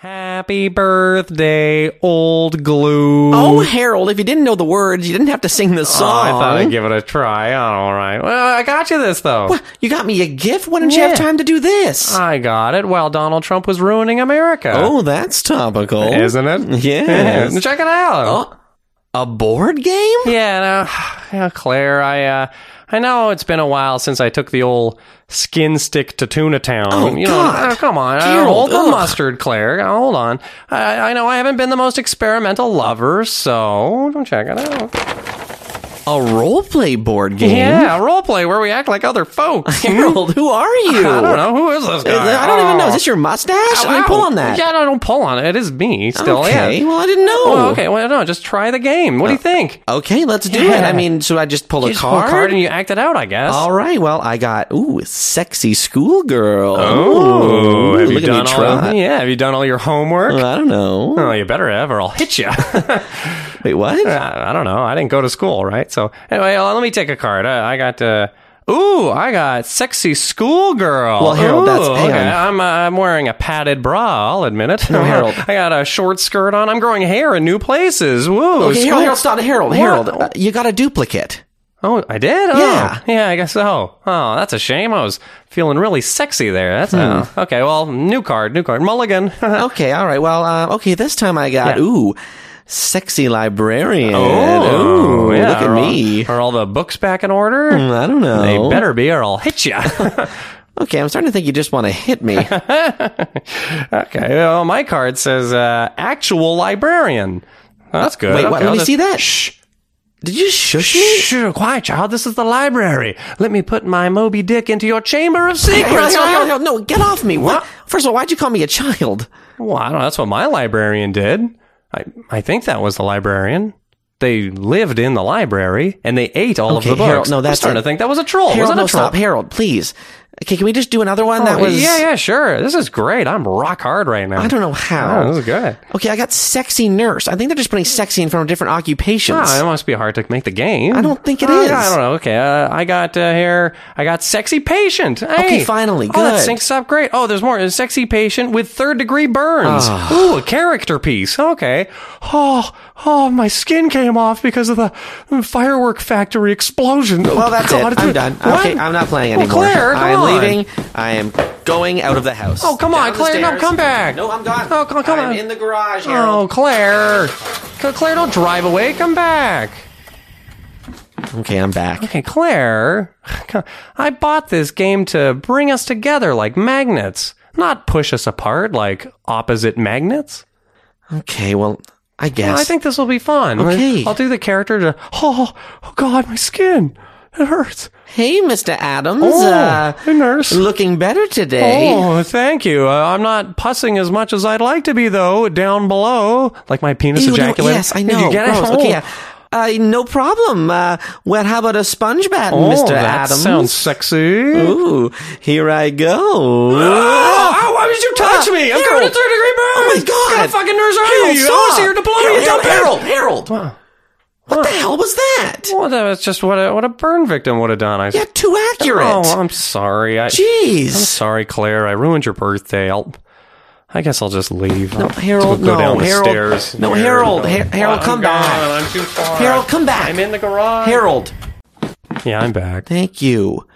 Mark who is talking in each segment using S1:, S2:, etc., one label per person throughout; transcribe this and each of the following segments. S1: Happy birthday, old glue.
S2: Oh, Harold, if you didn't know the words, you didn't have to sing the
S1: Oh,
S2: song.
S1: I thought I'd give it a try. All right. Well, I got you this, though.
S2: you got me a gift? Why didn't you
S1: Yeah.
S2: have time to do this?
S1: I got it while Donald Trump was ruining America.
S2: oh, that's topical.
S1: Isn't it?
S2: Yes.
S1: Check it out.
S2: Oh, a board game?
S1: Yeah, no, yeah, Claire, I uh, I know it's been a while since I took the old skin stick to tuna town.
S2: Oh,
S1: you
S2: God.
S1: know, uh, come on, uh,
S2: Gerald,
S1: hold the
S2: ugh.
S1: mustard, Claire. Uh, hold on. I, I know I haven't been the most experimental lover, so check it out.
S2: A roleplay board game?
S1: Yeah, role play where we act like other folks.
S2: Harold, who are you?
S1: I
S2: Uh,
S1: don't know who is this guy.
S2: I don't even know. Is
S1: Oh.
S2: this your mustache? I mean,
S1: Ow.
S2: pull on that.
S1: Yeah, no, don't pull on it. It is me still.
S2: okay.
S1: Yeah.
S2: Well, I didn't know.
S1: Well, okay. Well, no, just try the game. What do you think?
S2: Okay, let's do
S1: Yeah.
S2: it. I mean, should I just pull a
S1: You just pull
S2: card?
S1: a card and you act it out, I guess.
S2: all right. Well, I got ooh, sexy schoolgirl.
S1: Oh,
S2: Ooh,
S1: have you
S2: look
S1: done
S2: at me Uh,
S1: all?
S2: trot.
S1: yeah, have you done all your homework?
S2: I don't know.
S1: oh, you better have, or I'll hit you.
S2: Wait, what?
S1: I, I don't know. I didn't go to school, right? So anyway, uh, let me take a card. I, I got. Uh, ooh, I got sexy schoolgirl.
S2: Well, Harold, that's-
S1: Ooh,
S2: hang
S1: okay.
S2: on.
S1: I'm uh, I'm wearing a padded bra. I'll admit it.
S2: No, Harold.
S1: I got a short skirt on. I'm growing hair in new places. Woo!
S2: Okay,
S1: school-
S2: Harold, Harold, stop, Harold,
S1: Oh, What?
S2: Harold. uh, you got a duplicate.
S1: Oh, I did. Oh.
S2: Yeah.
S1: yeah, I guess so. Oh, that's a shame. I was feeling really sexy there. That's
S2: Hmm.
S1: oh. okay. Well, new card, new card. Mulligan.
S2: Okay, all right. Well, uh, okay, this time I got
S1: Yeah.
S2: ooh, sexy librarian.
S1: Oh,
S2: ooh,
S1: yeah,
S2: look at
S1: are all-
S2: me.
S1: are all the books back in order?
S2: Mm, I don't know.
S1: They better be, or I'll hit you.
S2: Okay, I'm starting to think you just want to hit me.
S1: okay. Well, my card says uh, actual librarian. That's good.
S2: Wait,
S1: Okay,
S2: what? Let
S1: I'll
S2: me
S1: just-
S2: see that.
S1: Shh.
S2: Did you shush me?
S1: Shh, quiet, child. This is the library. Let me put my Moby Dick into your chamber of
S2: Harold,
S1: secrets.
S2: Harold, Harold, Harold, no, get off me. What?
S1: What?
S2: First of all, why'd you call me a child?
S1: Well, I don't know. That's what my librarian did. I, I think that was the librarian. They lived in the library and they ate all
S2: Okay,
S1: of the books.
S2: Harold, no, that's
S1: I'm starting
S2: it.
S1: to think that was a troll.
S2: Harold,
S1: was it
S2: no,
S1: a troll? Oh,
S2: stop. Harold, please. Okay, can we just do another one? that was.
S1: yeah, yeah, sure. This is great. I'm rock hard right now.
S2: I don't know how.
S1: Oh, this is good.
S2: Okay, I got sexy nurse. I think they're just putting sexy in front of different occupations.
S1: Ah, it must be hard to make the game.
S2: I don't think it
S1: it is.
S2: is.
S1: I don't know. Okay, uh, I got uh, here. I got sexy patient. Hey.
S2: finally,
S1: Oh, that
S2: good.
S1: syncs up great. Oh, there's more. There's sexy patient with third degree burns.
S2: Ah.
S1: Ooh, a character piece. Okay. Oh, oh, my skin came off because of the firework factory explosion.
S2: Well, that's it. I'm done.
S1: What?
S2: Okay, I'm not playing
S1: Well,
S2: anymore.
S1: Claire, come
S2: I'm
S1: on.
S2: leaving. I am going out of the house.
S1: Oh, come on,
S2: Down the
S1: Claire. No,
S2: stairs.
S1: come back.
S2: No, I'm gone.
S1: Oh, come, come
S2: I'm
S1: on.
S2: in the garage,
S1: Oh,
S2: Harold.
S1: Claire. C- Claire, don't drive away. Come back.
S2: Okay, I'm back.
S1: Okay, Claire. I bought this game to bring us together like magnets, not push us apart like opposite magnets.
S2: Okay, well, I guess.
S1: I think this will be fun.
S2: Okay.
S1: I'll do the character to, oh, oh God, my skin. It hurts.
S2: Hey, Mr. Adams.
S1: Oh,
S2: uh,
S1: hey, nurse.
S2: Looking better today.
S1: Oh, thank you. Uh, I'm not pussing as much as I'd like to be, though, down below, like my penis
S2: Ew, no,
S1: ejaculate.
S2: yes, I
S1: Did
S2: know.
S1: you get it?
S2: Gross.
S1: Oh.
S2: Okay, yeah. Uh, no problem. Uh, well, how about a sponge baton, Mr.
S1: Oh, that
S2: Adams?
S1: sounds sexy.
S2: Ooh, here I go.
S1: Ow, why would you touch
S2: Ah,
S1: me? I'm
S2: Harold.
S1: going to third degree burns.
S2: Oh my god!
S1: What kind of fucking nurse are
S2: Harold,
S1: you?
S2: Stop.
S1: I see your diploma. you
S2: Harold,
S1: dumb
S2: Harold,
S1: bitch.
S2: Harold, Harold. What the hell was that?
S1: Well, that was just what a what a burn victim would have done. I
S2: Yeah, too accurate.
S1: Oh, I'm sorry. I, I'm
S2: Jeez.
S1: sorry, Claire. I ruined your birthday. I'll. I guess I'll just leave. No,
S2: Harold,
S1: go
S2: no,
S1: down the
S2: Harold.
S1: stairs.
S2: No,
S1: Here,
S2: Harold,
S1: no.
S2: Har- Harold,
S1: I'm
S2: come
S1: gone.
S2: back.
S1: I'm too far.
S2: Harold, come back.
S1: I'm in the garage.
S2: Harold,
S1: Yeah, I'm back.
S2: thank you.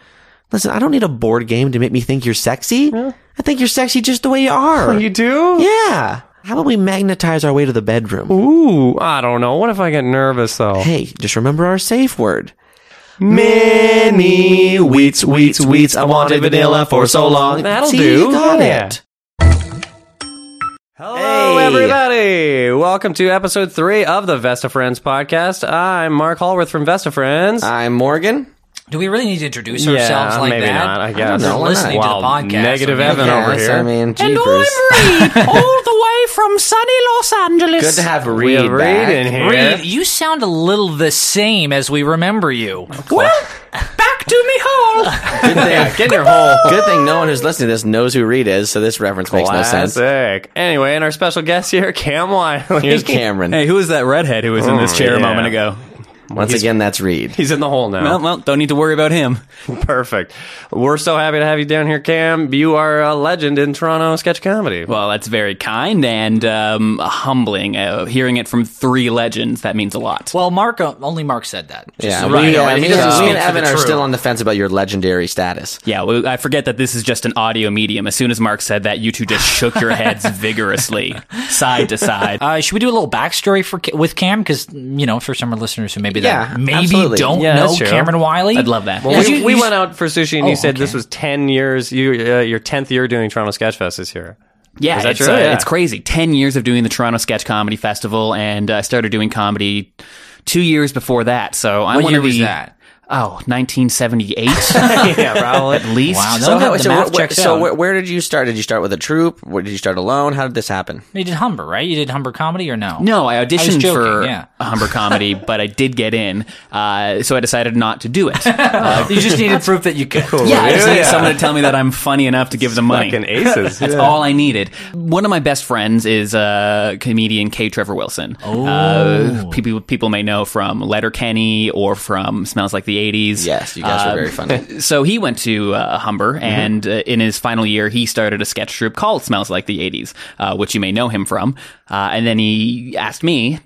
S2: Listen, I don't need a board game to make me think you're sexy. I think you're sexy just the way you
S3: Oh,
S2: are.
S1: You do?
S2: yeah. How about we magnetize our way to the bedroom?
S1: Ooh, I don't know. What if I get nervous though?
S2: Hey, just remember our safe word.
S1: Mini wheats, wheats, wheats. I wanted vanilla for so long. That'll
S2: See,
S1: do.
S2: You got
S1: Yeah.
S2: it.
S1: Hello,
S2: Hey.
S1: everybody. Welcome to episode three of the Vesta Friends podcast. I'm Mark Hallworth from Vesta Friends.
S2: I'm Morgan.
S3: Do we really need to introduce ourselves like
S1: maybe
S3: that?
S1: not. I guess.
S2: know,
S3: They're
S2: why
S3: listening
S1: not?
S3: to the
S1: Wow,
S3: podcast.
S1: negative
S3: I mean,
S1: Evan over
S2: Yes,
S1: here.
S2: I mean,
S3: And
S2: jeepers.
S3: I'm Reed, all the way from sunny Los Angeles.
S2: Good to have
S1: We
S2: Reed
S1: have Reed
S2: back.
S1: in here.
S3: Reed, you sound a little the same as we remember you. Well, back to me hole.
S2: Good thing,
S1: Yeah, get in your hole.
S2: good thing no one who's listening to this knows who Reed is, so this reference makes no sense.
S1: Classic. Anyway, and our special guest here, Cam Wiley. Mm,
S2: Here's Cameron.
S4: Hey, who was that redhead who was in this chair a
S1: yeah.
S4: moment ago?
S2: Once again, that's Reed.
S1: He's in the hole now.
S4: Well, well, don't need to worry about him.
S1: Perfect. We're so happy to have you down here, Cam. You are a legend in Toronto sketch comedy.
S4: Well, that's very kind and um, humbling. Uh, hearing it from three legends, that means a lot.
S3: Well, Mark uh, only Mark said that. Just
S2: Yeah,
S3: so
S2: we,
S3: you know,
S2: uh,
S3: and
S2: me,
S3: he doesn't
S2: and- me
S3: speak
S2: and
S3: for the
S2: Evan are
S3: truth.
S2: still on the fence about your legendary status.
S4: yeah, well, I forget that this is just an audio medium. As soon as Mark said that, you two just shook your heads vigorously, side to side.
S3: Uh, should we do a little backstory for Ca- with Cam? Because you know, for some of our listeners who maybe
S2: Yeah,
S3: that maybe
S2: absolutely.
S3: don't
S1: Yeah,
S3: know
S1: that's true.
S3: Cameron Wiley,
S4: I'd love that.
S1: Well, we,
S3: Yeah, you-
S1: we
S3: you-
S1: went out for sushi, and you
S3: Oh,
S1: said this
S3: okay.
S1: was ten years. You uh, your tenth year doing Toronto Sketch Fest this year.
S4: Yeah,
S1: that
S4: it's,
S1: true?
S4: uh,
S1: Yeah.
S4: it's crazy. 10 years of doing the Toronto Sketch Comedy Festival, and I started doing comedy two years before that. So I
S3: What
S4: want
S3: year
S4: to be,
S3: was that?
S4: Oh, 1978.
S1: yeah, probably.
S4: At least.
S3: Wow,
S2: So,
S3: Oh,
S2: how,
S3: the
S2: so,
S3: math
S2: wh- wh-
S3: checks
S2: so
S3: out.
S2: where, where did you start? Did you start with a troupe? Where did you start alone? How did this happen?
S3: you did Humber, right? You did Humber comedy or no?
S4: No, I
S3: I was
S4: auditioned
S3: joking,
S4: for
S3: yeah.
S4: a Humber comedy, but I did get in. Uh, so I decided not to do it. Uh,
S3: you just needed proof that you could.
S4: yeah,
S1: Yeah,
S4: I just
S1: yeah.
S4: need
S1: Yeah.
S4: someone to tell me that I'm funny enough to give them money.
S1: Fucking aces.
S4: That's
S1: Yeah.
S4: all I needed. One of my best friends is uh, comedian K. Trevor Wilson. Oh. Uh, people, people may know from Letterkenny or from Smells Like the 80s.
S2: Yes, you guys
S3: Um,
S4: Uh,
S2: were very funny.
S4: So he went to uh, Humber, and uh, in his final year, he started a sketch troupe called Smells Like the 80s, uh, which you may know him from. Uh, and then he asked me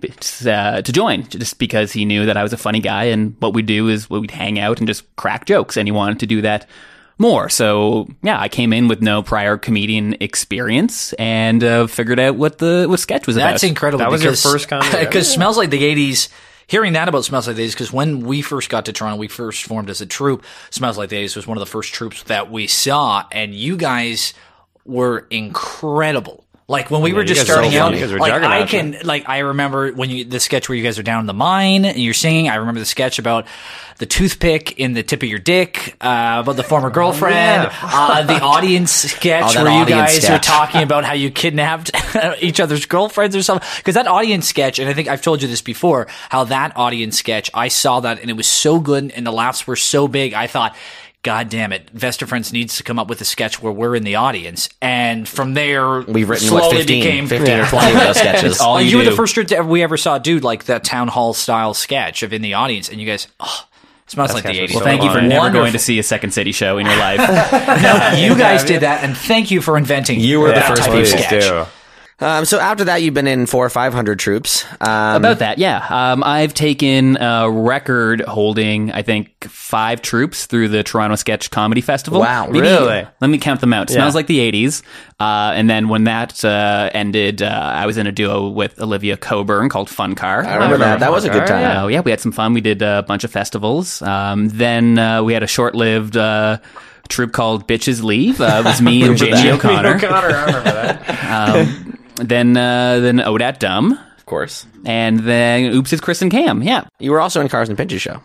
S4: uh, to join just because he knew that I was a funny guy, and what we do is we'd hang out and just crack jokes, and he wanted to do that more. So yeah, I came in with no prior comedian experience and uh, figured out what the what sketch was about.
S3: That's incredible.
S1: That was your
S3: because-
S1: first comedy act.
S3: Because Smells Like the 80s, hearing that about Smells Like the 80s, because when we first got to Toronto, we first formed as a troupe. Smells Like the 80s was one of the first troops that we saw, and you guys were incredible. Like when we were just
S1: guys are
S3: starting
S1: so
S3: out,
S1: funny. You guys were
S3: like I
S1: juggernauts.
S3: can, like I remember when you the sketch where you guys are down in the mine and you're singing. I remember the sketch about the toothpick in the tip of your dick, uh, about the former girlfriend, uh, the audience sketch
S2: Oh, that
S3: where you
S2: audience
S3: guys are
S2: sketch.
S3: talking about how you kidnapped each other's girlfriends or something. Because that audience sketch, and I think I've told you this before, how that audience sketch, I saw that and it was so good and the laughs were so big. I thought, God damn it, Vester Friends needs to come up with a sketch where we're in the audience. And from there,
S2: We've written
S3: slowly
S2: what 15,
S3: became
S2: 15 or twenty of those sketches.
S4: all
S3: Like,
S4: you
S3: you, were
S4: do.
S3: the first group that we ever saw, dude, like that town hall style sketch of in the audience, and you guys, oh, it smells like the
S1: sketch was
S3: eighties.
S1: so
S4: well, thank you for
S1: Wonderful.
S4: never going to see a Second City show in your life.
S3: no, you guys did that, and thank you for inventing.
S2: You were the
S3: that
S2: first
S3: type
S2: people
S3: of
S2: to
S3: sketch.
S2: Um, so after that, you've been in four or five hundred troops. Um,
S4: About that, yeah. Um, I've taken a record holding, I think, five troops through the Toronto Sketch Comedy Festival.
S2: Wow,
S1: really?
S4: Let me count them out. Smells like the 80s. Uh, and then when that uh, ended, uh, I was in a duo with Olivia Coburn called Fun Car.
S2: I remember that. Oh, That was a good time.
S4: Uh, yeah, we had some fun. We did a bunch of festivals. Um, then uh, we had a short lived uh, troupe called Bitches Leave. Uh, it was me and Jamie O'Connor.
S1: I remember that.
S4: Then, uh, then Odette Dumb.
S2: Of course,
S4: And then Oops, it's Chris and Cam. Yeah.
S2: you were also in Carson Pinch's show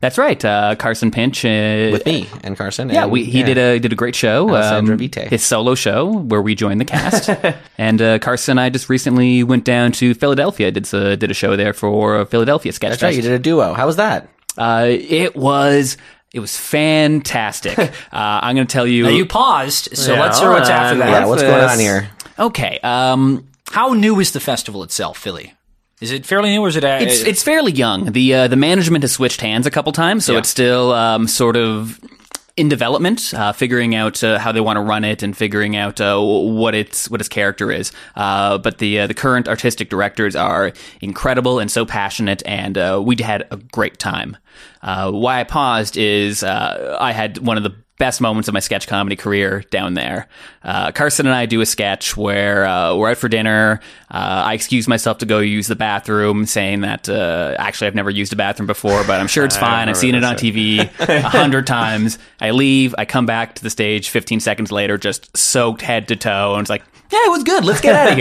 S4: That's right, uh, Carson Pinch. Uh,
S2: with me and Carson.
S4: yeah,
S2: and-
S4: we, he did a did a great show, um,
S2: Alessandra Vitae.
S4: his solo show where we joined the cast. and uh, Carson and I just recently went down to Philadelphia. Did uh, did a show there for Philadelphia Sketch
S2: That's right. You did a duo. How was that?
S4: Uh, it was it was fantastic. uh, I'm going to tell you.
S3: Now, you paused, so
S1: Yeah, Oh,
S3: let's hear what's
S1: all
S3: after
S1: right.
S3: that.
S2: Yeah,
S1: What's
S2: what's going
S1: this?
S2: on here?
S4: okay. Um,
S3: How new is the festival itself, Philly? Is it fairly new, or is it? Uh,
S4: it's it's fairly young. The uh, the management has switched hands a couple times, so it's still um, sort of in development, uh, figuring out uh, how they want to run it and figuring out uh, what its what its character is. Uh, but the uh, the current artistic directors are incredible and so passionate, and uh, we had a great time. Uh, why I paused is uh, I had one of the best moments of my sketch comedy career down there. Uh, Carson and I do a sketch where uh, we're out for dinner. Uh, I excuse myself to go use the bathroom, saying that uh, actually I've never used a bathroom before, but I'm sure it's fine. I've seen it on TV a hundred times. I leave. I come back to the stage 15 seconds later, just soaked head to toe, and it's like. Yeah, it was good. Let's get out of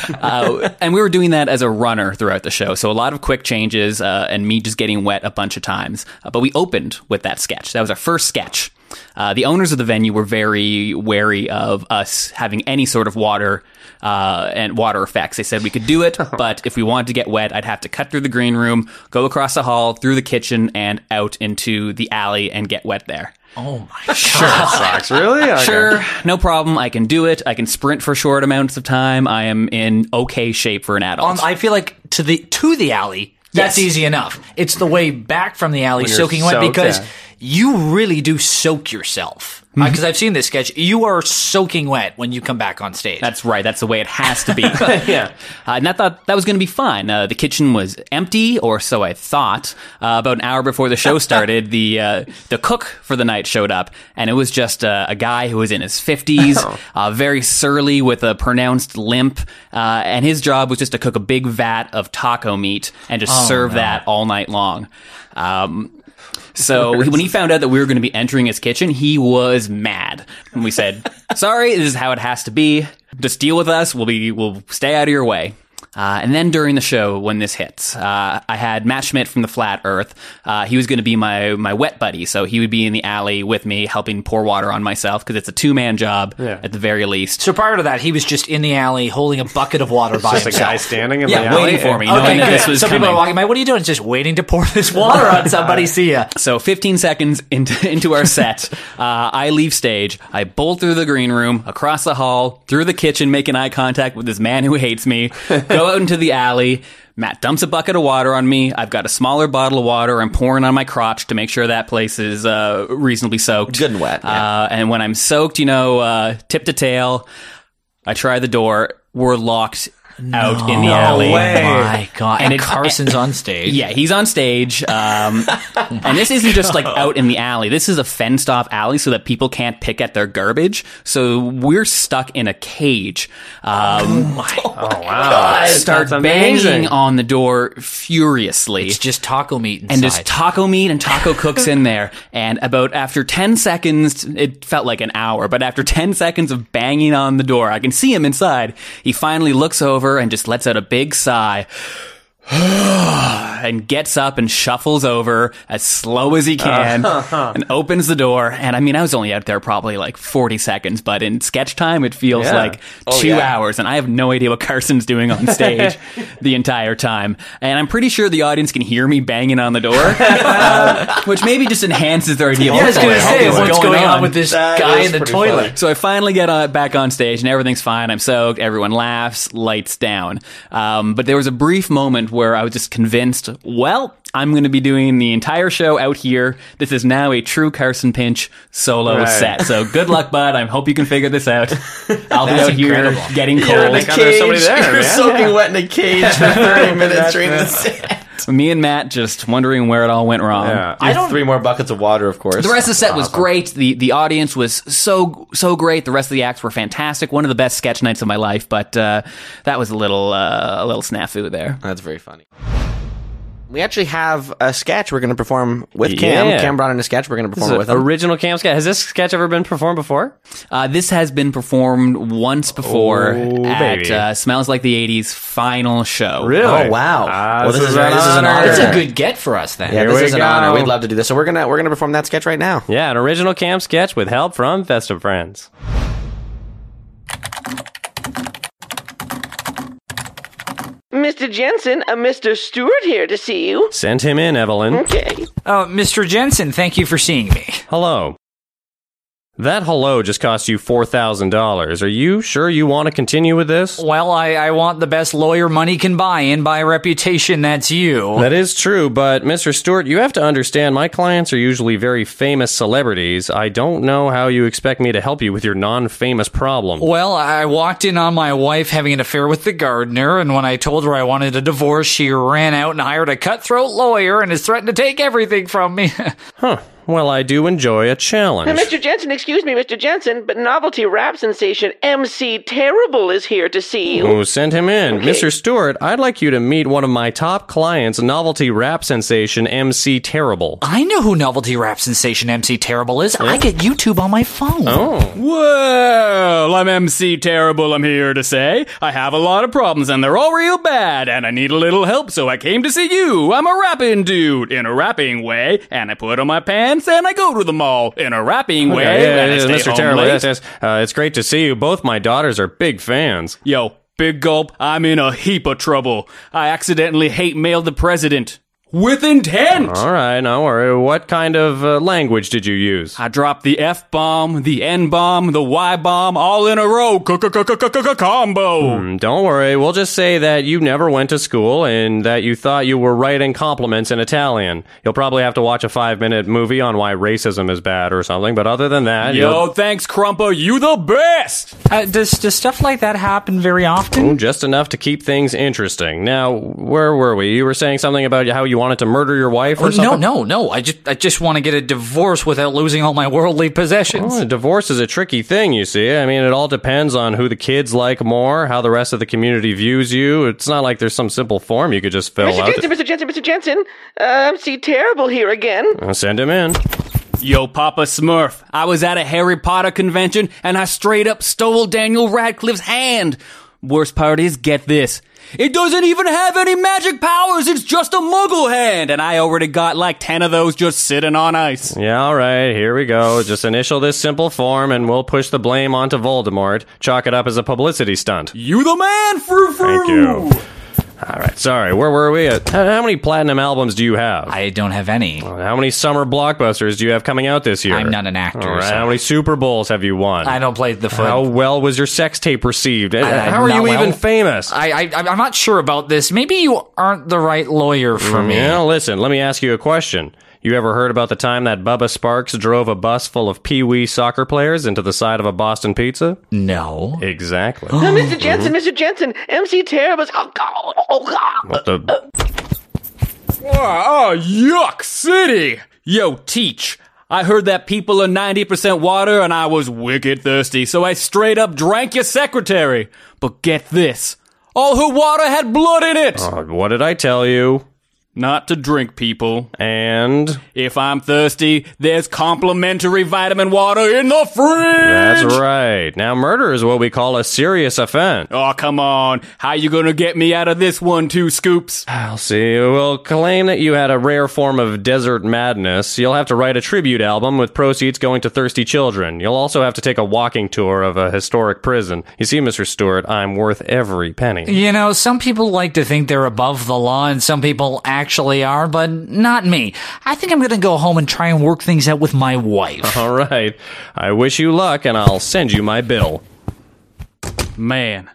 S4: here. uh, and we were doing that as a runner throughout the show. So a lot of quick changes uh, and me just getting wet a bunch of times. Uh, but we opened with that sketch. That was our first sketch. Uh, the owners of the venue were very wary of us having any sort of water uh, and water effects. They said we could do it, but if we wanted to get wet, I'd have to cut through the green room, go across the hall, through the kitchen, and out into the alley and get wet there.
S3: oh my
S1: That
S3: god!
S1: sucks. Really? Okay.
S4: Sure, no problem. I can do it. I can sprint for short amounts of time. I am in okay shape for an adult.
S3: Um, I feel like to the to the alley That's easy enough. It's the way back from the alley
S1: When you're
S3: soaking wet
S1: soaked,
S3: because
S1: yeah.
S3: you really do soak yourself.
S4: Mm-hmm.
S3: Because I've seen this sketch. You are soaking wet when you come back on stage.
S4: That's right. That's the way it has to be. yeah. Uh, and I thought that was going to be fun. Uh, the kitchen was empty, or so I thought. Uh, about an hour before the show started, the uh, the cook for the night showed up, and it was just uh, a guy who was in his fifties, uh, very surly with a pronounced limp, uh, and his job was just to cook a big vat of taco meat and just serve that all night long. Um, so when he found out that we were going to be entering his kitchen, he was mad. And we said, "Sorry, this is how it has to be. Just deal with us. We'll be we'll stay out of your way." Uh, and then during the show, when this hits, uh, I had Matt Schmidt from the Flat Earth. Uh, he was going to be my my wet buddy, so he would be in the alley with me, helping pour water on myself because it's a two man job at the very least.
S3: so prior to that, he was just in the alley holding a bucket of water by
S1: Just a
S3: himself.
S1: guy standing in
S3: Yeah,
S1: the alley.
S4: waiting for me.
S1: Oh,
S4: knowing
S3: Okay,
S4: that
S3: good.
S4: this was
S3: Some people
S4: coming.
S3: are walking by. What are you doing? Just waiting to pour this water on somebody. See ya.
S4: So 15 seconds into into our set, uh, I leave stage. I bolt through the green room, across the hall, through the kitchen, making eye contact with this man who hates me. Go out into the alley. Matt dumps a bucket of water on me. I've got a smaller bottle of water. I'm pouring on my crotch to make sure that place is uh, reasonably soaked,
S2: Good and wet,
S4: Uh, and when I'm soaked, you know, uh, tip to tail. I try the door. We're locked out in the alley.
S1: way.
S3: Oh, My God. And,
S4: it-
S3: Carson's on stage.
S4: Yeah, he's on stage. Um, and this isn't just
S3: Oh.
S4: like out in the alley. This is a fenced off alley so that people can't pick at their garbage. So we're stuck in a cage.
S3: Oh
S4: Um,
S1: wow.
S4: start
S1: That's
S4: banging
S1: amazing.
S4: on the door furiously.
S3: It's just taco meat inside.
S4: and there's taco meat and taco cooks in there. And about after 10 seconds, it felt like an hour, but after 10 seconds of banging on the door, I can see him inside. He finally looks over and just lets out a big sigh. and gets up and shuffles over as slow as he can
S3: Uh-huh.
S4: and opens the door. And I mean, I was only out there probably like 40 seconds, but in sketch time, it feels
S1: Yeah.
S4: like two
S3: Oh,
S4: hours. And I have no idea what Carson's doing on stage the entire time. And I'm pretty sure the audience can hear me banging on the door, uh, which maybe just enhances their idea. of
S3: I was
S4: what
S3: going
S4: the
S3: to
S4: hell
S3: say,
S4: is
S3: what's going, on? with this
S1: That
S3: guy
S1: is
S3: in the
S1: pretty
S3: toilet?
S1: funny.
S4: So I finally get uh, back on stage and everything's fine. I'm soaked. Everyone laughs. Lights down. Um, but there was a brief moment where I was just convinced, well, I'm going to be doing the entire show out here. This is now a true Carson Pinch solo
S1: Right.
S4: set. So good luck, bud. I hope you can figure this out. I'll be
S3: That's
S4: out here
S3: incredible.
S4: getting
S2: You're in
S4: cold.
S2: a
S1: Thank God there's
S2: cage.
S1: somebody there,
S2: You're
S1: man.
S2: soaking wet in a cage for 30 minutes
S1: That's
S2: during the
S1: it.
S2: set.
S4: Me and Matt just wondering where it all went wrong.
S1: Yeah.
S2: I don't, three more buckets of water, of course.
S4: The rest of the set was great. The the audience was so so great. The rest of the acts were fantastic. One of the best sketch nights of my life. But uh, that was a little uh, a little snafu there.
S2: That's very funny. We actually have a sketch we're going to perform with Cam.
S1: Yeah.
S2: Cam brought in a sketch we're going to
S1: This
S2: perform
S1: is
S2: with
S1: an
S2: him.
S1: original cam sketch. Has this sketch ever been performed before?
S4: Uh, this has been performed once before
S1: Oh,
S4: at
S1: baby.
S4: uh, Smells Like the '80s final show.
S2: Oh wow!
S1: Ah,
S2: well, this, is, very- this is an honor.
S3: It's a good get for us then.
S2: yeah,
S1: Here
S2: this
S1: we
S2: is an
S1: go.
S2: honor. We'd love to do this. So we're gonna we're gonna perform that sketch right now.
S1: Yeah, an original cam sketch with help from Festive Friends.
S5: Mr. Jensen, a Mr. Stewart here to see you.
S1: Send him in, Evelyn.
S5: Okay.
S3: Uh, Mr. Jensen, thank you for seeing me.
S1: Hello. That hello just cost you $4,000. Are you sure you want to continue with this?
S3: Well, I, I want the best lawyer money can buy, and by reputation, that's you.
S1: That is true, but Mr. Stewart, you have to understand my clients are usually very famous celebrities. I don't know how you expect me to help you with your non famous problem.
S3: Well, I walked in on my wife having an affair with the gardener, and when I told her I wanted a divorce, she ran out and hired a cutthroat lawyer and has threatened to take everything from me.
S1: Well, I do enjoy a
S5: And
S1: challenge.
S5: Mr. Jensen, excuse me, Mr. Jensen, but novelty rap sensation MC Terrible is here to see you.
S1: Oh, send him in. Mr. Stewart, I'd like you to meet one of my top clients, novelty rap sensation MC Terrible.
S4: Oh,
S3: I know who novelty rap sensation MC Terrible is. I get YouTube on my phone.
S1: Oh.
S4: Well, I'm MC Terrible, I'm here to say. I have a lot of problems, and they're all real bad, and I need a little help, so I came to see you. I'm a rapping dude, in a rapping way, and I put on my pants, and I go to the mall, in a rapping way,
S1: Yeah, yeah,
S4: and I
S1: yeah,
S4: stay
S1: Mr.
S4: home
S1: Terrible.
S4: late.
S1: Yes, yes. Uh, it's great to see you. Both my daughters are big fans.
S4: Yo, big gulp, I'm in a heap of trouble. I accidentally hate mailed the president. with intent.
S1: All right, no worry. What kind of uh, language did you use?
S4: I dropped the F bomb, the N bomb, the Y bomb, all in a row. Combo.
S1: Mm, Don't worry. We'll just say that you never went to school and that you thought you were writing compliments in Italian. You'll probably have to watch a five minute movie on why racism is bad or something, but other than that,
S4: Yo, thanks, Crumpo. You the best.
S3: Uh, does does stuff like that happen very often?
S1: you'll just enough to keep things interesting. Now, where were we? You were saying something about how you wanted to murder your wife or
S3: Oh, No,
S1: something?
S3: no, no. I just I just want to get a divorce without losing all my worldly possessions.
S1: Well, divorce is a tricky thing, you see. I mean, it all depends on who the kids like more, how the rest of the community views you. It's not like there's some simple form you could just fill
S5: Mr.
S1: out.
S5: Jensen, Mr. Jensen, Mr. Jensen, uh, MC Terrible here again.
S1: Uh, Send him in.
S4: Yo, Papa Smurf, I was at a Harry Potter convention and I straight up stole Daniel Radcliffe's hand. Worst part is, get this. It doesn't even have any magic powers, it's just a muggle hand, and I already got like 10 of those just sitting on ice.
S1: Yeah, all right, here we go. Just initial this simple form and we'll push the blame onto Voldemort. Chalk it up as a publicity stunt.
S4: You the man, frou frou!
S1: Thank you. All right, sorry, where were we at? How how many platinum albums do you have?
S3: I don't have any.
S1: how many summer blockbusters do you have coming out this year?
S3: I'm not an actor,
S1: All right,
S3: so-
S1: how many Super Bowls have you won?
S3: I don't play the foot.
S1: How well was your sex tape received?
S3: I-
S1: How are
S3: not
S1: you
S3: well.
S1: even famous?
S3: I, I I'm not sure about this. Maybe you aren't the right lawyer for me.
S1: Yeah, listen, let me ask you a question. You ever heard about the time that Bubba Sparks drove a bus full of pee wee soccer players into the side of a Boston pizza?
S3: No.
S1: Exactly.
S5: Uh, Mr. Jensen, Mr. Jensen, MC Terrible's. Oh, God. Oh, God.
S1: What the-
S4: Oh, yuck city! Yo, teach. I heard that people are 90% water and I was wicked thirsty, so I straight up drank your secretary. But get this. All her water had blood in it!
S1: Uh, what did I tell you?
S4: Not to drink, people.
S1: And
S4: If I'm thirsty, there's complimentary vitamin water in the
S1: that's
S4: fridge!
S1: right. Now, murder is what we call a serious offense.
S4: Oh, come on. How you gonna get me out of this one, two scoops?
S1: I'll see. We'll claim that you had a rare form of desert madness. You'll have to write a tribute album with proceeds going to thirsty children. You'll also have to take a walking tour of a historic prison. You see, Mr. Stewart, I'm worth every penny.
S3: You know, some people like to think they're above the law and some people actually are, but not me. I think I'm going to go home and try and work things out with my wife.
S1: All right. I wish you luck, and I'll send you my bill.
S4: Man,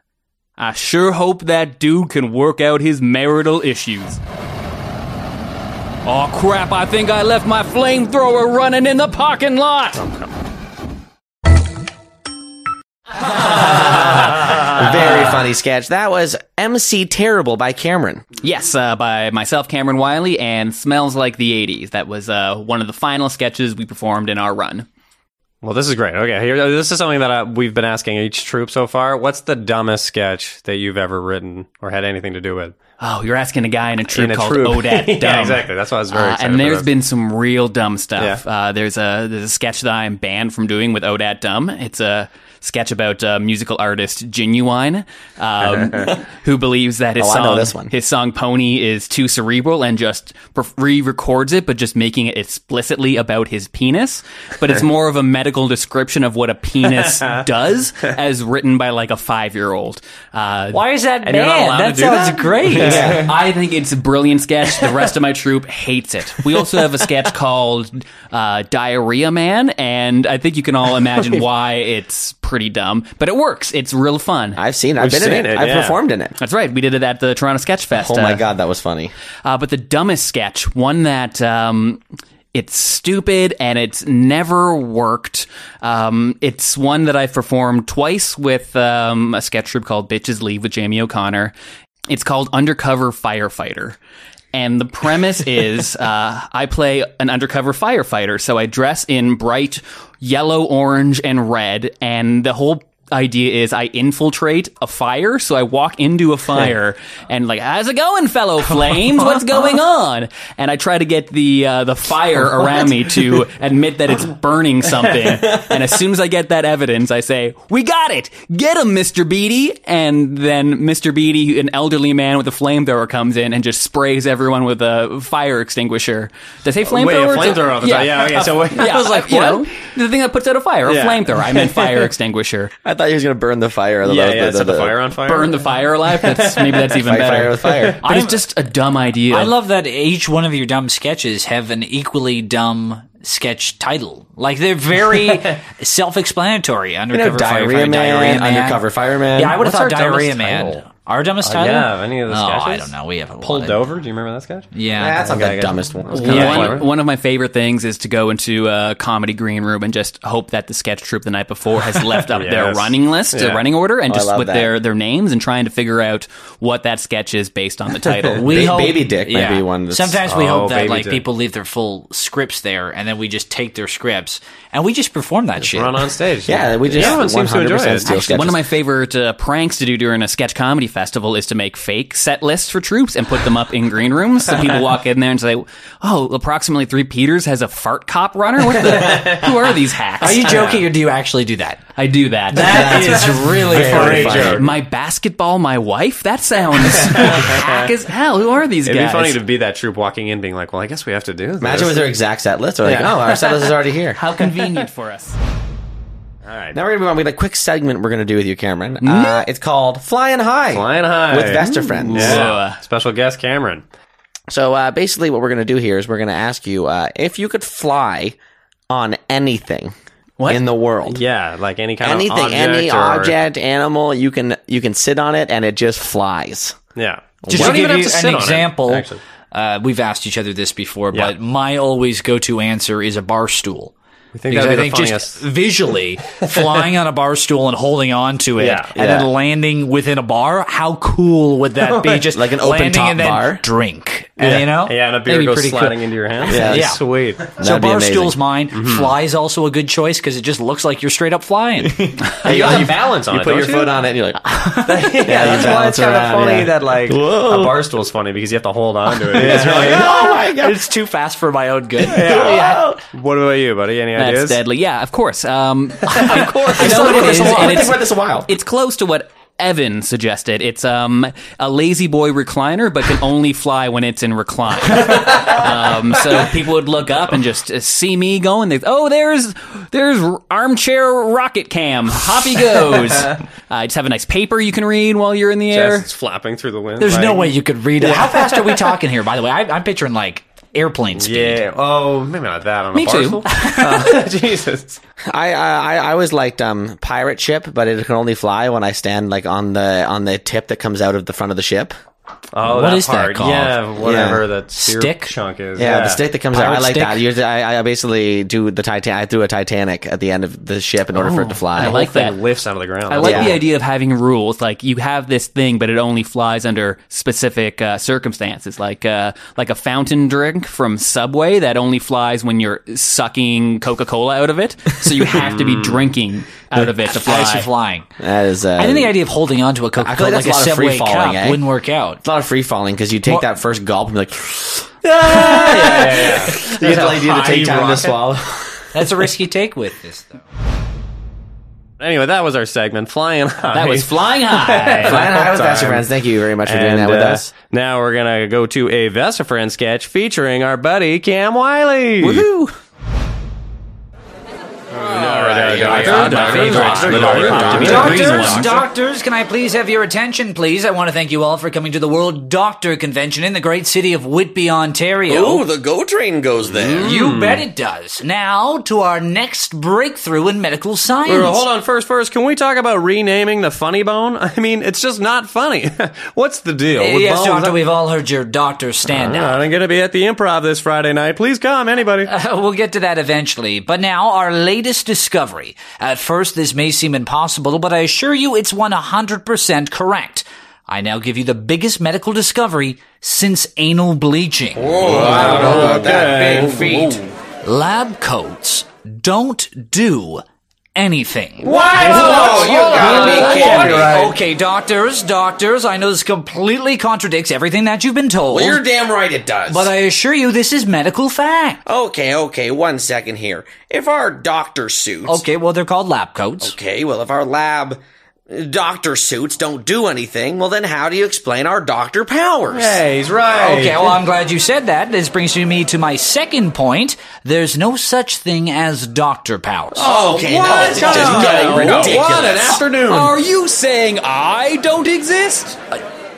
S4: I sure hope that dude can work out his marital issues. Oh crap, I think I left my flamethrower running in the parking lot!
S2: Very funny sketch. That was MC Terrible by Cameron.
S4: Yes, uh, by myself, Cameron Wiley, and Smells Like the 80s. That was uh, one of the final sketches we performed in our run.
S1: Well, this is great. Okay, here, this is something that I, we've been asking each troop so far. What's the dumbest sketch that you've ever written or had anything to do with?
S4: Oh, you're asking a guy in a troop
S1: In a
S4: called
S1: troop.
S4: Odat Dumb.
S1: yeah, exactly. That's why I was very
S4: Uh,
S1: excited.
S4: and
S1: for
S4: there's
S1: this.
S4: been some real dumb stuff.
S1: Yeah.
S4: Uh, there's a there's a sketch that I am banned from doing with Odat Dumb. It's a sketch about uh, musical artist Genuine, um, who believes that his
S2: Oh, I know
S4: song
S2: this one.
S4: his song Pony is too cerebral and just perf- re-records it, but just making it explicitly about his penis. But it's more of a medical description of what a penis does, as written by like a five year old. Uh,
S3: Why is that
S4: and you're not allowed
S3: bad? That
S4: to do
S3: sounds
S4: that?
S3: great.
S4: I think it's a brilliant sketch. The rest of my troupe hates it. We also have a sketch called uh, Diarrhea Man, and I think you can all imagine why it's pretty dumb, but it works. It's real fun.
S2: I've seen. it. I've
S1: We've
S2: been in
S1: seen
S2: it.
S1: it,
S2: I've
S1: yeah.
S2: performed in it.
S4: That's right. We did it at the Toronto Sketch Fest.
S2: Oh my
S4: uh,
S2: god, that was funny.
S4: uh, but the dumbest sketch, one that um, it's stupid and it's never worked. Um, it's one that I've performed twice with um, a sketch troupe called Bitches Leave with Jamie O'Connor. It's called Undercover Firefighter. And the premise is uh, I play an undercover firefighter. So I dress in bright yellow, orange, and red. And the whole idea is I infiltrate a fire. So I walk into a fire and like, how's it going, fellow flames? What's going on? And I try to get the uh, the fire around me to admit that it's burning something. and as soon as I get that evidence, I say, "We got it! Get him, Mister Beatty!" And then Mister Beatty, an elderly man with a flamethrower, comes in and just sprays everyone with a fire extinguisher. Did I say flamethrower?
S1: Uh, flamethrower off the top. Yeah, okay, so wait.
S4: yeah,
S1: I was like,
S4: you know,
S1: what?
S4: the thing that puts out a fire, a
S1: Yeah.
S4: flamethrower. I meant fire extinguisher.
S2: I thought he was going to burn the fire. The,
S1: yeah, yeah, set the fire on fire.
S4: burn the fire alive. That's maybe that's even
S2: Fight
S4: better.
S2: fire with fire.
S4: But it's just a dumb idea.
S3: I love that each one of your dumb sketches have an equally dumb sketch title. Like they're very self-explanatory. Undercover
S2: Diarrhea
S3: firefighter,
S2: Man,
S3: diarrhea man,
S2: Undercover Fireman.
S3: Yeah, I would have
S1: What's our
S3: thought diarrhea
S1: dumbest
S3: man.
S1: title? Uh,
S3: Our dumbest title?
S1: yeah, any of the
S3: oh, I
S1: sketches?
S3: don't know. We have a lot
S1: Pulled
S3: of-
S1: over. Do you remember that sketch?
S3: Yeah,
S2: Ah, That's like the dumbest one. It's kinda
S1: Yeah.
S2: like-
S1: clever.
S4: One, one of my favorite things is to go into a comedy green room and just hope that the sketch troupe the night before has left up their
S1: Yes.
S4: running list,
S1: Yeah.
S4: their running order, and
S2: Oh, I
S4: just
S2: love
S4: with
S2: that.
S4: their their names and trying to figure out what that sketch is based on the title.
S3: We
S2: Ba-
S3: hope-
S2: baby dick might be one that's-
S3: Sometimes we
S1: Oh,
S3: hope that
S1: baby
S3: like
S1: dick.
S3: people leave their full scripts there, and then we just take their scripts and we just perform that shit.
S1: Run on stage.
S2: Yeah, we just
S1: everyone seems to enjoy
S2: 100%
S1: it.
S2: steal sketches.
S4: One of my favorite uh, pranks to do during a sketch comedy festival is to make fake set lists for troops and put them up in green rooms. So people walk in there and say, "Oh, approximately three Peters has a fart cop runner." What the? who are these hacks?
S3: Are you joking, or do you actually do that?
S4: I do that.
S3: That is really
S1: Great
S3: funny.
S1: joke.
S4: My basketball, my wife. That sounds hack as hell. Who are these
S1: It'd
S4: guys?
S1: be funny to be that troop walking in, being like, "Well, I guess we have to do." This.
S2: Imagine with their exact set list. They're like, oh, our set list is already here.
S4: How convenient for us.
S2: Now we're gonna move on. We got a quick segment we're gonna do with you, Cameron. Uh, it's called Flying High.
S1: Flying high
S2: with Vester friends.
S1: Yeah.
S4: Whoa.
S1: Special guest Cameron.
S2: So uh, basically, what we're gonna do here is we're gonna ask you uh, if you could fly on anything in the world.
S1: Yeah, like any kind
S2: Anything,
S1: of object
S2: any
S1: or-
S2: object, animal, you can you can sit on it and it just flies.
S1: Yeah. You
S3: Just to
S1: don't even
S3: give
S1: have
S3: you
S1: to sit
S3: an
S1: on it,
S3: example,
S1: actually.
S3: uh, we've asked each other this before,
S1: Yeah.
S3: but my always go-to answer is a bar stool.
S1: We think
S3: Because
S1: that'd
S3: I
S1: be
S3: think
S1: the
S3: just
S1: funniest.
S3: visually flying on a bar stool and holding on to it
S1: Yeah.
S3: and then landing within a bar, how cool would that be? Just
S2: Like an open
S3: landing
S2: top
S3: and then
S2: bar?
S3: drink. And,
S1: yeah.
S3: you know?
S1: yeah, and a
S3: That'd
S1: beer
S3: be
S1: goes
S3: pretty cool.
S1: sliding into your hands.
S2: Yeah.
S3: Yeah.
S1: sweet.
S3: So
S2: That'd be
S3: bar
S2: amazing.
S3: stool's mine.
S1: Mm-hmm.
S3: Fly is also a good choice because it just looks like you're straight up flying.
S1: you got balance on
S2: You
S1: it.
S2: put your
S1: don't
S2: foot
S1: you?
S2: on it and you're like,
S1: Yeah, that's why
S2: balance
S1: it's kind of
S2: around,
S1: funny
S2: yeah.
S1: that like a bar stool's funny because you have to hold on to it. It's really-
S2: oh my god.
S3: it's too fast for my own good.
S1: What about you, buddy? Any
S4: That's
S1: ideas?
S4: deadly. Yeah, of course. Um, of course.
S2: I
S4: I know
S2: still
S4: what
S2: think about
S4: it
S2: this
S4: is,
S2: a lot.
S4: and
S2: I think
S4: it's,
S2: about this a while.
S4: it's close to what Evan suggested. It's um, a lazy boy recliner, but can only fly when it's in recline. um, so people would look up and just uh, see me going. They, oh, there's there's armchair rocket cam. Hoppy goes. uh, just have a nice paper you can read while you're in the air.
S1: Yes, it's flapping through the wind.
S3: There's no
S1: like-
S3: way you could read it. How fast are we talking here, by the way? I, I'm picturing like airplane speed.
S1: Yeah. Oh, maybe not that on
S4: Me
S1: a bar
S4: too.
S1: stool. Uh, Jesus.
S2: I, I I- I always liked um pirate ship, but it can only fly when I stand like on the on the tip that comes out of the front of the ship.
S1: Oh,
S3: What
S1: that
S3: is that
S1: part.
S3: called?
S1: Yeah, whatever that spear
S3: Stick?
S1: chunk is.
S2: Yeah, the stick that comes out.
S3: Pirate
S2: I like
S3: stick?
S2: that. You're, I, I basically do the Titanic. I threw a Titanic at the end of the ship in order for it to
S1: Oh,
S2: fly.
S4: I like
S1: thing
S4: that.
S1: lifts out of the ground.
S4: I like
S2: Yeah.
S4: the idea of having rules. Like you have this thing, but it only flies under specific uh, circumstances. Like uh, like a fountain drink from Subway that only flies when you're sucking Coca Cola out of it. So you have to be drinking out of it to
S3: Fast
S4: fly.
S3: and flying.
S2: That is. Uh,
S3: I think the idea of holding onto a Coca
S2: feel
S3: Cola
S2: like
S3: like,
S2: that's a
S3: a
S2: lot of
S3: Subway
S2: free-falling,
S3: cup
S2: eh?
S3: wouldn't work out.
S2: it's a lot of free falling because you take
S3: Well-
S2: that first gulp and be like. you have to like do the take time to swallow.
S3: That's a risky take with this, though.
S1: Anyway, that was our segment, flying high.
S4: That was flying high.
S2: Flying high with
S1: Time.
S2: Best Friends. Thank you very much for doing that with
S1: uh,
S2: us.
S1: Now we're gonna go to a Vesa friend sketch featuring our buddy Cam Wiley.
S2: Woohoo!
S3: Doctors, doctors, can I please have your attention, please? I want to thank you all for coming to the World Doctor Convention in the great city of Whitby, Ontario.
S2: the GO train goes there.
S3: You bet it does. Now to our next breakthrough in medical science.
S1: Uh, Hold on, first, first, can we talk about renaming the funny bone? I mean, it's just not funny. What's the deal?
S2: Eh,
S3: Uh,
S1: with
S3: Yes,
S1: bones?
S3: Doctor, we've all heard your doctor stand out.
S1: I'm gonna be at the improv this Friday night. Please come, anybody.
S3: we'll get to that eventually. But now, our latest discovery. At first, this may seem impossible, but I assure you it's 100% correct. I now give you the biggest medical discovery since anal bleaching. Lab coats don't do anything. Okay, doctors, doctors, I know this completely contradicts everything that you've been told.
S2: You're damn right it does.
S3: but I assure you this is medical fact.
S2: Okay, okay, one second here. If our doctor suits.
S3: Okay, well, they're called lab coats.
S2: Okay, well, if our lab doctor suits don't do anything, well, then how do you explain our doctor powers?
S1: Hey, he's right.
S3: Okay, well, I'm glad you said that. This brings me to my second point. There's no such thing as doctor powers.
S2: Okay,
S4: What?
S2: no, it's
S4: No,
S2: just getting
S4: no,
S2: ridiculous.
S1: What an afternoon.
S4: Are you saying I don't exist?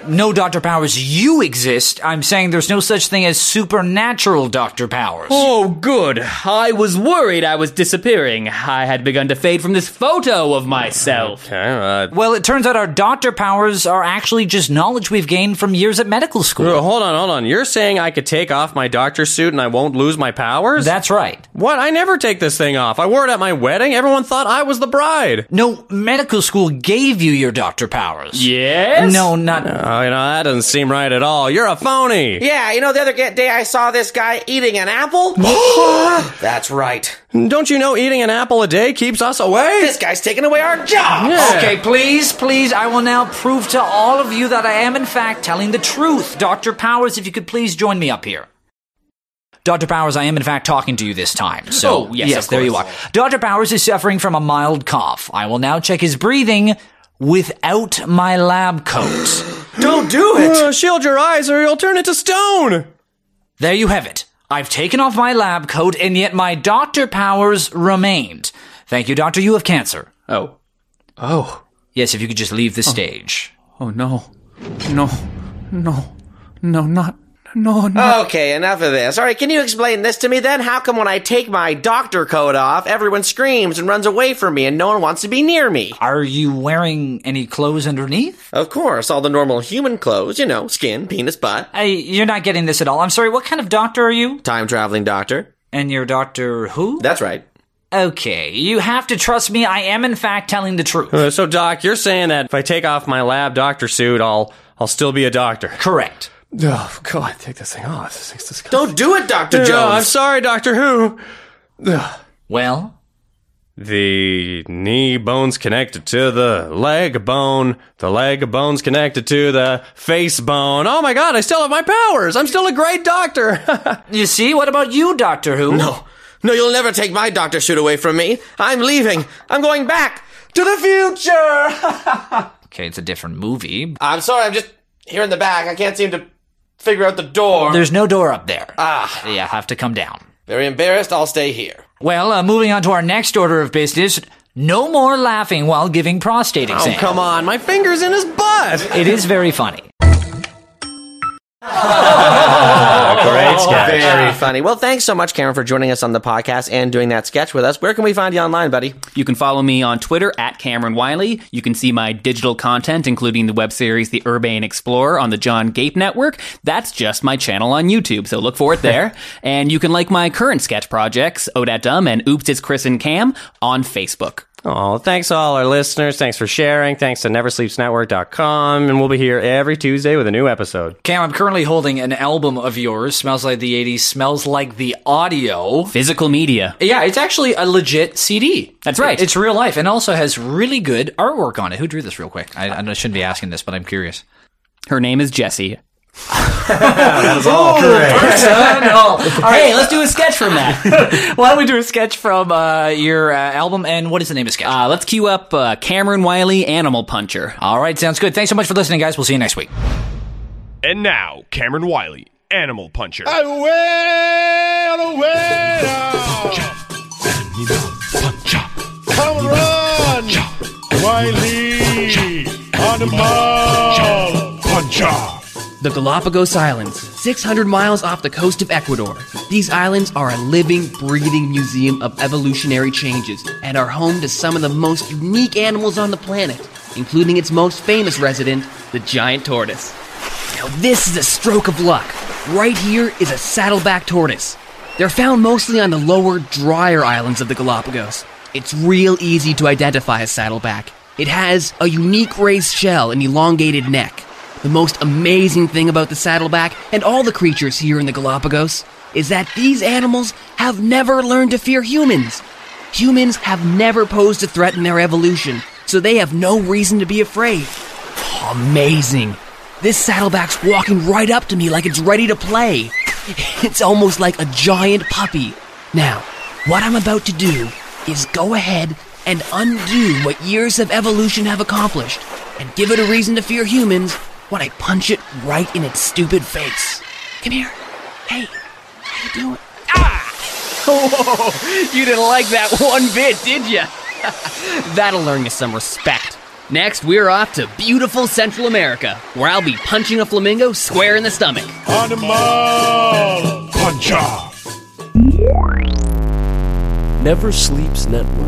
S3: No doctor powers, you exist. I'm saying there's no such thing as supernatural doctor powers.
S4: Oh, good. I was worried I was disappearing. I had begun to fade from this photo of myself.
S1: Okay, uh,
S3: Well, it turns out our doctor powers are actually just knowledge we've gained from years at medical school.
S1: uh, hold on, hold on. You're saying I could take off my doctor suit and I won't lose my powers?
S3: That's right.
S1: what? I never take this thing off. I wore it at my wedding. Everyone thought I was the bride.
S3: No, medical school gave you your doctor powers.
S4: Yes?
S3: No, not.
S1: Oh, you know, that doesn't seem right at all. You're a phony.
S2: Yeah, you know, the other ga- day I saw this guy eating an apple? That's right.
S1: Don't you know eating an apple a day keeps us away?
S2: This guy's taking away our job!
S3: Okay, please, please, I will now prove to all of you that I am, in fact, telling the truth. Dr. Powers, if you could please join me up here. Dr. Powers, I am, in fact, talking to you this time. So,
S4: Oh, yes, of
S3: there you are. Dr. Powers is suffering from a mild cough. I will now check his breathing without my lab coat.
S2: Don't do it!
S1: Uh, shield your eyes or you'll turn into stone.
S3: there you have it. I've taken off my lab coat, and yet my Dr. Powers remained. Thank you, Doctor. You have cancer.
S4: Oh. Oh.
S3: Yes, if you could just leave the stage.
S4: Oh, no. No. No. No, not. No, no.
S2: Okay, enough of this. All right, can you explain this to me then? How come when I take my doctor coat off, everyone screams and runs away from me and no one wants to be near me?
S3: Are you wearing any clothes underneath?
S2: Of course, all the normal human clothes, you know, skin, penis, butt.
S3: Hey, you're not getting this at all. I'm sorry, what kind of doctor are you?
S2: Time traveling doctor.
S3: And your doctor who?
S2: That's right.
S3: okay, you have to trust me. I am, in fact, telling the truth.
S1: Uh, so, Doc, you're saying that if I take off my lab doctor suit, I'll I'll still be a doctor.
S3: Correct.
S1: Oh God, take this thing off. This thing's disgusting.
S2: Don't do it, Dr.
S1: No, I'm
S2: Jones.
S1: sorry, Doctor Who.
S3: Well,
S1: The knee bone's connected to the leg bone. The leg bone's connected to the face bone. Oh my God, I still have my powers. I'm still a great doctor.
S3: you see, what about you, Doctor Who?
S2: No. No, you'll never take my doctor suit away from me. I'm leaving. I'm going back to the future.
S3: Okay, it's a different movie.
S2: I'm sorry, I'm just here in the back. I can't seem to figure out the door.
S3: There's no door up there. Ah. You have to come down.
S2: Very embarrassed, I'll stay here.
S3: Well, uh, moving on to our next order of business. No more laughing while giving prostate exam.
S1: Come on, my finger's in his butt.
S3: It is very funny.
S1: Great sketch.
S2: Very funny. Well, thanks so much, Cameron, for joining us on the podcast and doing that sketch with us. Where can we find you online, buddy?
S4: You can follow me on Twitter at Cameron Wiley. You can see my digital content, including the web series The Urbane Explorer on the John Gape Network. That's just my channel on YouTube, so look for it there. and you can like my current sketch projects, Odat Dumb and Oops It's Chris and Cam, on Facebook.
S1: Oh, thanks all our listeners. Thanks for sharing. Thanks to neversleepsnetwork.com. And we'll be here every Tuesday with a new episode.
S3: Cam, I'm currently holding an album of yours, Smells Like the 80s, Smells Like the Audio.
S4: Physical media.
S3: Yeah, it's actually a legit CD.
S4: That's right.
S3: It's real life and also has really good artwork on it. Who drew this real quick? I, I shouldn't be asking this, but I'm curious.
S4: Her name is Jessie.
S3: Hey, let's
S4: do a sketch from that.
S3: why don't we do a sketch from uh, your uh, album and what is the name of the sketch?
S4: uh, let's cue up uh, Cameron Wiley, Animal Puncher.
S3: All right, sounds good. Thanks so much for listening, guys. We'll see you next week.
S6: And now, Cameron Wiley, Animal Puncher.
S7: Well, well, come run, Wiley, on the ball.
S8: The Galapagos Islands, 600 miles off the coast of Ecuador. These islands are a living, breathing museum of evolutionary changes and are home to some of the most unique animals on the planet, including its most famous resident, the giant tortoise. Now, this is a stroke of luck. Right here is a saddleback tortoise. They're found mostly on the lower, drier islands of the Galapagos. It's real easy to identify a saddleback. It has a unique raised shell and elongated neck. The most amazing thing about the saddleback and all the creatures here in the Galapagos is that these animals have never learned to fear humans. Humans have never posed a threat in their evolution, so they have no reason to be afraid. Amazing. This saddleback's walking right up to me like it's ready to play. It's almost like a giant puppy. Now, what I'm about to do is go ahead
S4: and undo what years of evolution have accomplished and give it a reason to fear humans when I punch it right in its stupid face. Come here. Hey, how you doing? Ah! Whoa, you didn't like that one bit, did you? That'll learn you some respect. Next, we're off to beautiful Central America, where I'll be punching a flamingo square in the stomach.
S7: Animal Puncher.
S9: Never Sleeps Network.